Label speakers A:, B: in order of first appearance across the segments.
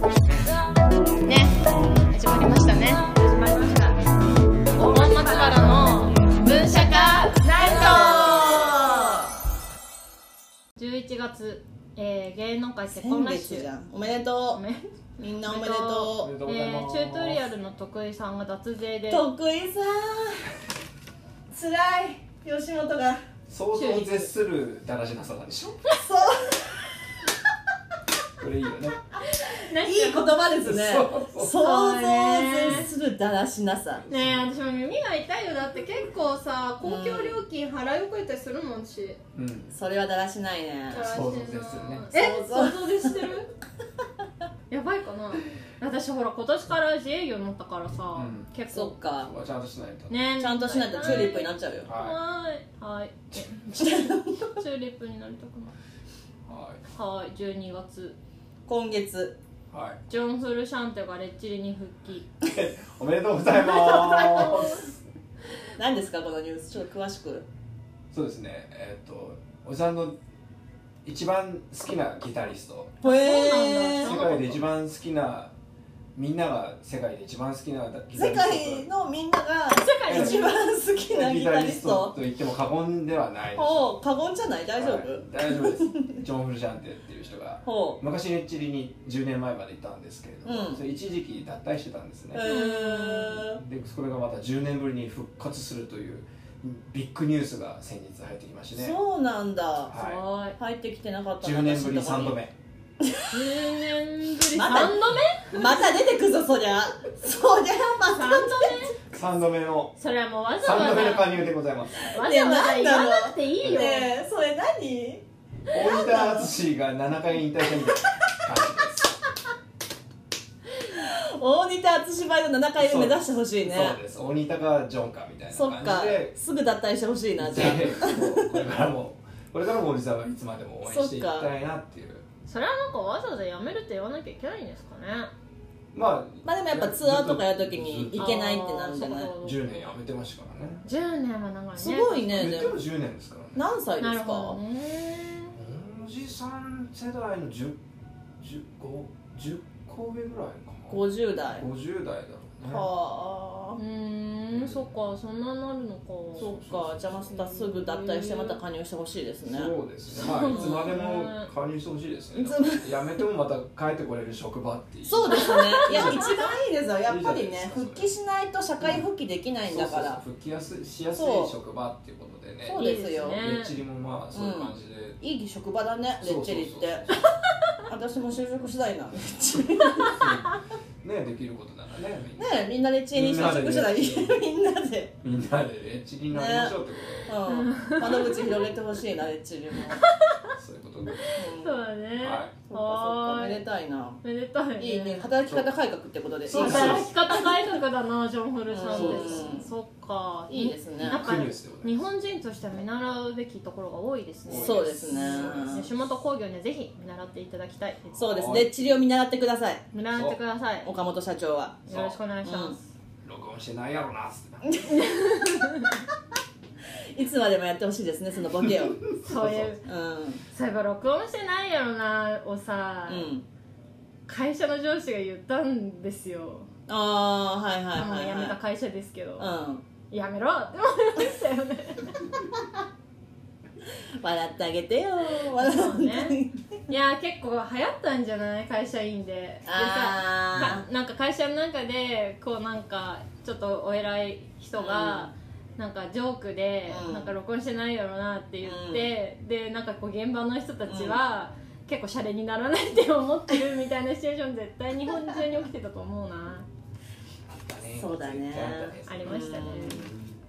A: ね始まりましたね
B: 始まりました。
A: 本松原の文社化ナイ
B: 11月、えー、芸能界結
C: 先
B: 婚ラッシ
C: 月じ
B: ュ
C: ゃ。んおめでと
B: ご
C: う
B: めん
C: みんなおめでと
B: えー、チュートリアルの徳井さんが脱税
C: う
B: で
C: 徳井さんつらい吉本が
D: 想像を絶するだらしなささでしょ
C: そう
D: これいいよね
B: なん
C: いい言葉ですね
D: そう
C: 想像を絶するだらしなさ
B: ねえ私も耳が痛いよだって結構さ公共料金払い遅れたりするもんし、
D: うん
C: それはだらしないね
B: だらしてんな
D: 想像ですよね
B: え
C: 想像
B: 想像でしてるやばいかな私ほら今年から自営業になったからさ、
D: うん
B: 結
C: そ
B: 構
C: っか
D: ちゃんとしないと
B: ねえ
C: ちゃんとしないとチューリップになっちゃうよ
D: は
B: はいはいえチューリップになりたくない
D: いはい
B: はい12月
C: 今月
D: はい
B: ジョン・フルシャンテがレッチリに復帰
D: おめでとうございます
C: 何ですかこのニュースちょっと詳しく
D: そうですねえーっとおじさんの一番好きなギタリスト
C: へ
B: え
C: え
D: 世界で一番好きなみんなが世界で一番好きなギタ
C: 世
D: リスト
C: 界のみんなが
B: 世
D: 界
C: 一番好きなギタリスト
D: と言っても過言ではないです
C: ほう過言じゃない大丈夫、
D: はい大丈夫ですジョン・フルシャンテっていう人が
C: ほ
D: 昔レッチリに10年前までいたんですけれども、
C: うん
D: それ一時期脱退してたんです
C: う
D: ね
C: へ、え
D: でそれがまた10年ぶりに復活するというビッグニュースが先日入ってきましてね
C: そうなんだ
B: す
D: は
B: ごい
C: 入ってきてなかっ
D: い、
C: たな
D: 10年ぶり
C: 私のと
D: 3
C: こに
D: 度目
B: 10年ぶり
C: ま
B: 3
C: た
B: 度目
C: また出てくぞそりゃそりゃま
B: 3
C: た
B: 度
D: 3度目の
B: 目それはもうわざ
D: 3
B: わ
D: 度
B: ざ
D: 目の加入でございます
B: わざわざ言わなくていいよ、
C: ねえそれ何
D: 大分淳が7回引退したみたいな感
C: 大仁田淳バイト7回目目指してほし
D: じ
C: い
D: です、
C: ね
D: そうです大仁田かジョンかみたい
C: そっ
D: な感
C: か
D: じです
C: ぐ脱退してほしいなじゃ
D: でこうこれからもこれからもおじさんはいつまでも応援していきたいなっていう
B: それはなんかわざわざ辞めるって言わなきゃいけないんですかね
D: まあ
C: まあでもやっぱツアーとかやるときにいけないってなるんじゃない
B: あーそうかそう
D: 10
B: か
D: 年やめてましたからね
B: 10年は長いね
C: あすごいね
D: 言っ
C: で
D: て
C: も
D: も10年ですからね
C: 何歳で
B: な
C: す
B: るほど
C: か
B: ね
D: おじさん世代の10 10個10個上ぐらいかな
C: 50代
D: 50代だろ
C: は
B: う
C: あ
B: ーんそっかそんなになるのか
C: そっかじゃあまたすぐ脱退してまた加入してほしいです
D: う
C: ね
D: ねそうですねまあいつまでも加入してほしいですねやめてもまた帰ってこれる職場っていう
C: そううですねいや一番いいですよやっぱりね復帰しないと社会復帰できないんだか
D: そうそう
C: ら
D: そう復帰やすしやすい
C: そう
D: 職場っていうことでね
C: そうです
B: い
C: よ
B: いですね
D: レッチリもまあそういう感じで、
C: いい職場だねレッチリって
D: そうそう
C: 私も就職したい な
D: そうねできることならねみんな
C: ねみんなで知恵に就職したらいい みんなで、
D: みんなでレッチリになりましょうってこと、
C: うん、窓口広げてほしいなレッチリも、
D: そういうことで、
C: うん、
B: そう
C: そっか
B: だね
D: はい
C: そっか
B: は
C: め
B: ー
C: でたいない
B: めでたいね
C: いいね働き方改革ってことでいい
D: そう
C: ね
B: 働き方改革だなジョン・フルさん
C: うん
B: ですそっか
C: いいですね
B: なんか
D: クニュースでございま
B: 日
D: す
B: 本人としては見習うべきところが多いですね
C: そうですね
B: 吉本興業にはぜひ見習っていただきたい
C: そうですレッチリを見習ってください
B: 見習ってください
C: 岡本社長は
B: よろしくお願いします、
D: 録音してないやろなっつってない
C: つまでもやってほしいですねそのボケをう ん
B: そういう
C: うん
B: そういえば録音してないやろなをさ、会社の上司が言ったんですよ、
C: ああはいはい
B: もう
C: はい
B: 辞めた
C: は
B: 会社ですけど、
C: いうん
B: やめろって思いましたよ ね
C: 笑ってあげてよ笑ってあげて
B: いやー結構流行ったんじゃない会社員ででさ
C: あ
B: かなんか会社の中でこうなんかちょっとお偉い人が、なんかジョークで、
C: うん
B: なんか録音してないやろなって言って、でなんかこう現場の人たちは、結構シャレにならないって思ってるみたいなシチュエーション絶対日本中に起きてたと思うな
D: あったね
C: そうだね
D: 絶対あったね
B: ありましたね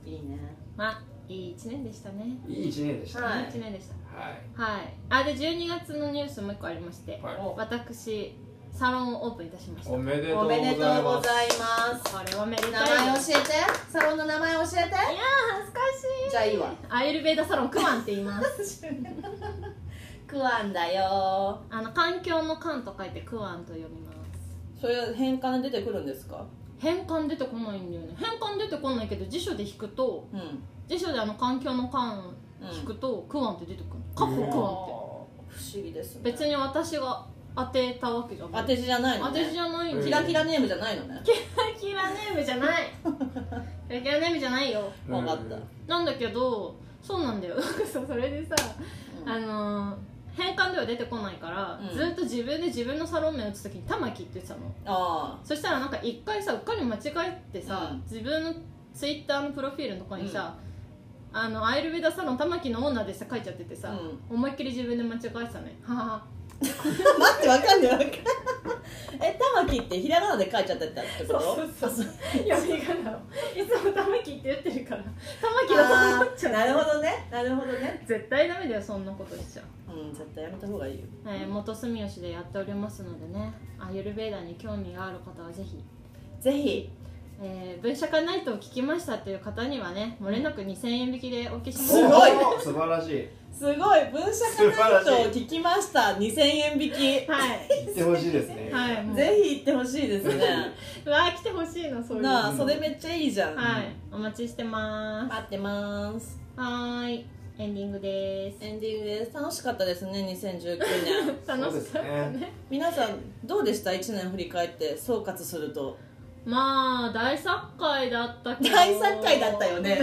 C: ーいいね
B: まあいい1年でしたね
D: いい一年でしたね
C: はい
B: いい1年でした
D: はい
B: はいあで12月のニュースもう一個ありまして、
D: はい
C: お
B: 私サロンをオープンいたしました
D: お
B: こ
D: めでとう
C: お
D: ござ
C: め
D: い
C: でとうご
D: ます
C: ざいます。
B: れはめでたい
C: 名前教えて。サロンの名前教えて。
B: いやー恥ずかしい
C: じゃあいいわ。
B: アイルベーダサロンクワンって言います
C: クワンだよ
B: あの環境の環と書いてクワンと読みます
C: それは変換で出てくるんですか
B: 変換出てこないんだよね変換出てこないけど辞書で引くと
C: うん、
B: 辞書であの環境の環
C: うん
B: 引くと、クワンって出てくるカッコクワンっ
C: 不思議ですね
B: て別に私が当てたわけじゃない
C: 当て字じゃないの、
B: 当
C: ね、
B: て字じゃないん
D: うん
B: で
C: キ
B: キラ
C: ラキラネームじゃないのね
B: キラネームじゃないキラキラネームじゃないよ
C: わかった
B: なんだけどそうなんだよそうそれでさあのー変換では出てこないから、
C: うん
B: ずっと自分で自分のサロン名打つ時に「玉木」って言ってたの
C: あ
B: そしたらなんか一回さうっかり間違えてさ、
C: うん
B: 自分のツイッターのプロフィールのとこにさ、あのアイルベダサロン玉木の女でさ書いちゃってて
C: あ、
B: さ、
C: うん、
B: 思いっきり自分で間違えてたねははは
C: 待ってわかんないわかんない え玉木ってひらがなで書いちゃってたってこと
B: そうそう読み仮名をいつも玉木って言ってるから玉木だと
C: あ
B: 思っち
C: ー
B: ゃう
C: なるほどねなるほどね
B: 絶対ダメだよそんなことしちゃう、
C: うん絶対やめた方がいいよ
B: えー元住吉でやっておりますのでねアユルベーダに興味がある方はぜひ
C: ぜひ
B: えー、分社会ナイトを聞きましたという方にはね、もれなく2000円引きでお受けします
C: すごい
D: 素晴らしい
C: すごい文社化ナイトを聞きました2000円引きぜ
B: はい、
D: 言ってほしいですね
B: はい、もう
C: ひ行ってほしいですね
B: うわー来てほしいなそういうの
C: な
B: は
C: あそれめっちゃいいじゃん、
B: い、お待ちしてます
C: 待ってます
B: はーい、エンディングです
C: エンディングです楽しかったですね2019年
B: 楽しかった
D: そう
B: ね
D: です
C: 皆さんどうでした1年振り返って総括すると
B: まあ、大作会だったけど
C: 大作会だったよね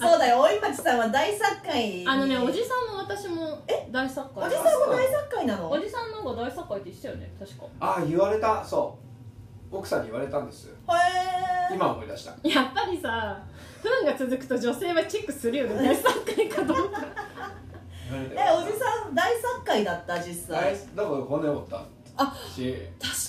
C: そうだよ大井町さんは大作 会
B: あのね、おじさんも私も大作
C: お
B: 会
C: じさんも大作会なの
B: おじさんの方が大作会って言ってたよね、確か
D: あ言われたそう奥さんに言われたんです
C: へー
D: 今思い出した
B: やっぱりさ、不運が続くと女性はチェックするよね、大作会かどうか
D: 言われ
C: え
D: たよ
C: おじさん大作会だった実
D: 大
C: 際
D: だから骨折った
C: あ
D: し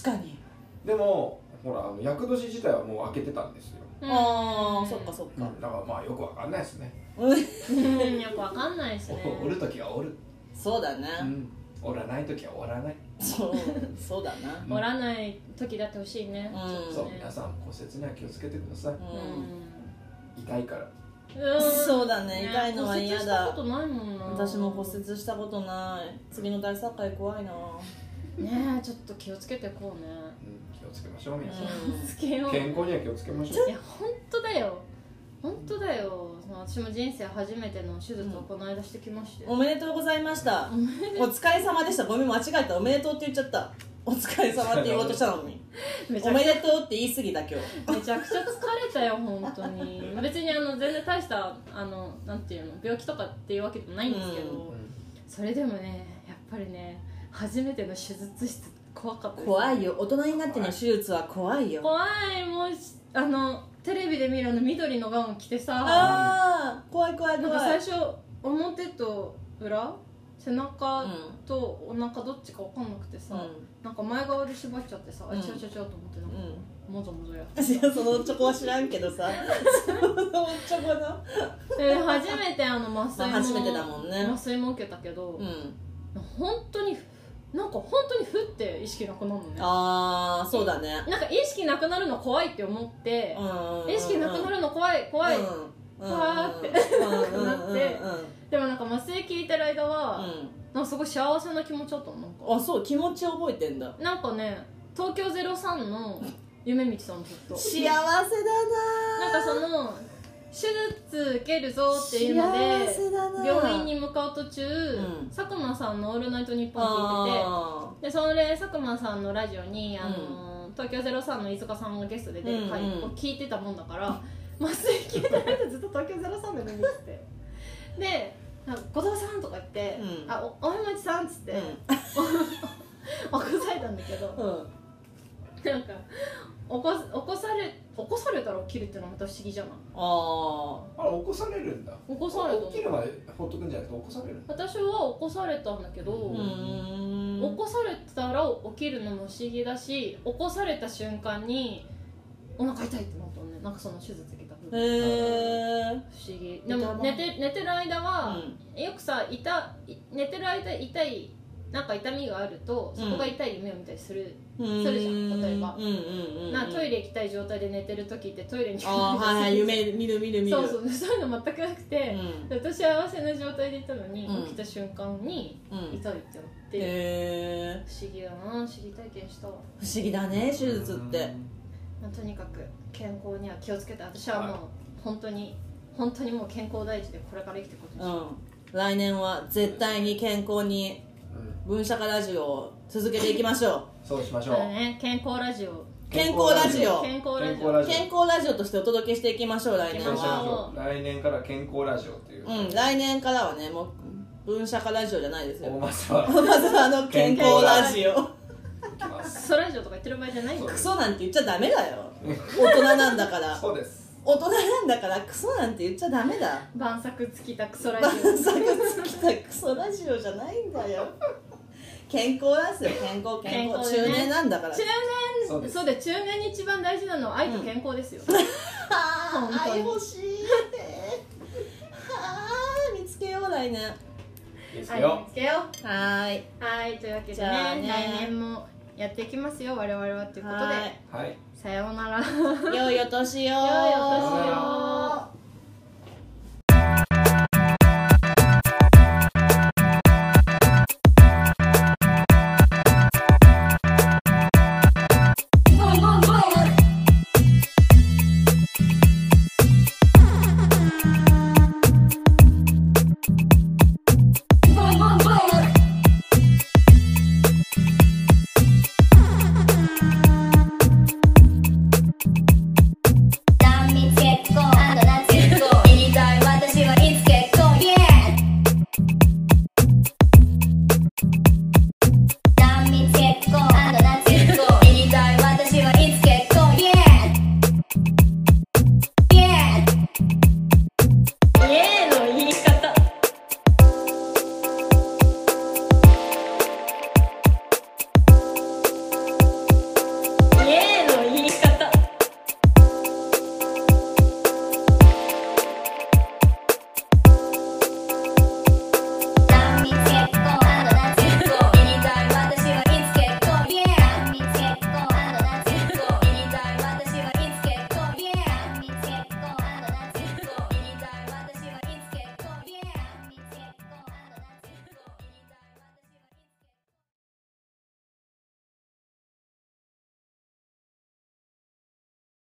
C: 確かに
D: でもほらあの厄年自体はもう開けてたんですよ、
C: ああそっかそっ
D: う
C: か
D: ん、だからまあよくわかんないですね
C: うん
B: うん、よくわかんないですね
D: お折る時は折る、
C: そうだ
D: う
C: ね
D: ん、折らない時は折らない、
C: そうそうだな
B: 折らない時だってほしいね
C: うん
D: そう皆さん骨折には気をつけてくださ
C: う
B: うんん
D: い痛いから
C: そうだね痛いのは嫌
B: 骨折
C: だ
B: したことないもんな
C: 私も骨折したことない次の大作会怖いな
B: ねえちょっと気をつけてこうね
D: うん気をつけましょう皆さん、
C: う
B: つけよう
D: 健
B: い
D: 康には気をつけましょう
B: や本当だよ本当だよ私も人生初めての手術をこの間してきました
C: んお
B: よ
C: めでとうございましたお疲れ様でしたごめん間違えたおめでとうって言っちゃったお疲れ様って言おうとしたのに
B: めち
C: お
B: ゃく
C: め
B: ち
C: でとうって言い過ぎだ今日
B: ゃめちゃくちゃ疲れたよ本当に別にあの全然大したあのなんていうの病気とかっていうわけでもないんですけど、
C: う
B: それでもねやっぱりね初めての手術室怖かったです
C: 怖いよ大人になっての手術は怖いよ
B: 怖いもうしあのテレビで見るあの緑のガウン着てさ
C: ああ怖い怖い
B: なんか最
C: 怖い
B: 初表と裏背
C: う
B: 中
C: ん
B: とお腹どっちか分かんなくてさ、なんか前側で縛っちゃってさ、あ
C: うん
B: ちゃちゃちゃと思ってなん
C: う
B: か
C: ん
B: もぞもぞやっ
C: 私はそのチョコは知らんけどさそのチョコの
B: てで初めてあの麻酔も、
C: まあ初めてだもんね
B: 麻酔も受けたけど、
C: うん
B: 本当になんか本当にふって意識なくなるのね
C: ああそうだね
B: なんか意識なくなるの怖いって思って、
C: うん
B: 意識なくなるの怖い怖い、
C: うんうん
B: わーって
C: うん
B: なってでもなんか麻酔聞いてる間は、
C: う
B: なんかすごい幸せな気持ちだったのなんか
C: んあそう気持ち覚えてんだ
B: なんかね東京03の夢道さんもずっと
C: 幸せだな
B: なんかその手術受けるぞっていうの
C: 幸
B: で
C: せだな
B: 病院に向かう途中、
C: うん
B: 佐久間さんの「オールナイトニッポン」聞いてて
C: あ
B: でそれ佐久間さんのラジオにあの、東京03の飯塚さんがゲストで出る回
C: うんうん
B: を聞いてたもんだから、 麻酔聞いてないとずっと東京03で見ててでなんか後藤さんとか言って「
C: うん
B: あおおみまちさん」っつって、
C: ー
B: 起こされたんだけど
C: うんうん
B: なんか起こす起こされ起こされたら起きるってのはまた不思議じゃない
C: あ
D: あれ起こされるんだ
B: 起こされた
D: 起きるまでほっとくんじゃなくて起こされるんだ
B: 私は起こされたんだけど、
C: ーう
D: うん
C: ー
B: 起
C: ん
B: こされたら起きるのも不思議だし起こされた瞬間にお腹痛いってなったのねなんかその手術受けた分
C: へえ
B: 不思議でも寝て寝てる間は、よくさ痛い寝てる間痛いなんか痛みがあるとそこが痛い夢を見たりする、それじゃん例えば
C: うんうんうんうん
B: なトイイレ行きたい状態で寝てる時ってトイレに行く
C: あーはいはい夢見る見る見る
B: そうそうそういうの全くなく
C: う
B: て、
C: ん、
B: 私は合わせの状態でいたのに、
C: うん
B: 起きた瞬間に痛い
C: う
B: っ
C: ん、
B: てなって、
C: へえ
B: 不思議だな不思議体験したわ、
C: 不思議だね手術って
B: まあ、とにかく健康には気をつけて私はもう本当に本当にもう健康第一でこれから生きていくことにし
C: う
B: よ
C: ん来年は絶対に健康に
D: うん
C: 分社化ラジオを続けていきましょ
D: そうしまし
B: う
D: ょう
B: だね健康ラジオ
C: う健康ラジオ
B: 健康ラジ
D: 健
B: オ
D: 康ラ
C: 健
D: ジオ
C: 康ラジオとしてお届けしていきましょう来年
D: そうしまし
C: は
D: ょう来年から健康ラジオっていう
C: うん来年からはねもう分社化ラジオじゃないです
D: 大
C: よ
D: 松は
C: まずはあの健康ラジオ
D: 行きま
B: ク
D: す
B: ソラジオとか言ってる場合じゃないんだよ
C: クソなんて言っちゃダメだよ大人なんだ から
D: そうです
C: 大人なんだからクソなんて言っちゃダメだ
B: 晩作尽きたクソラジ
C: 晩
B: オ
C: 作尽きたクソラジオじゃないんだよ健康ですよ健康健
B: 健
C: 康
B: 康
C: 中
B: でね
C: 年なんだから
B: 中
D: そうで
B: 年
D: す
B: そうだよ中年に一番大事なのは愛と健康ですよ、
C: は
B: 本当
C: あ
B: に
C: 愛欲しいってはあ見つけよう来年は
D: はいいです
B: 愛を
D: よ
B: 見つけよ
C: ーいう
B: はいというわけ
C: じ
B: でね
C: ゃあね
B: 来年もやっていきますよ我々はということで
C: は
D: はい
B: さようなら
C: ーい良いお年を
B: 良いお年
D: を
B: を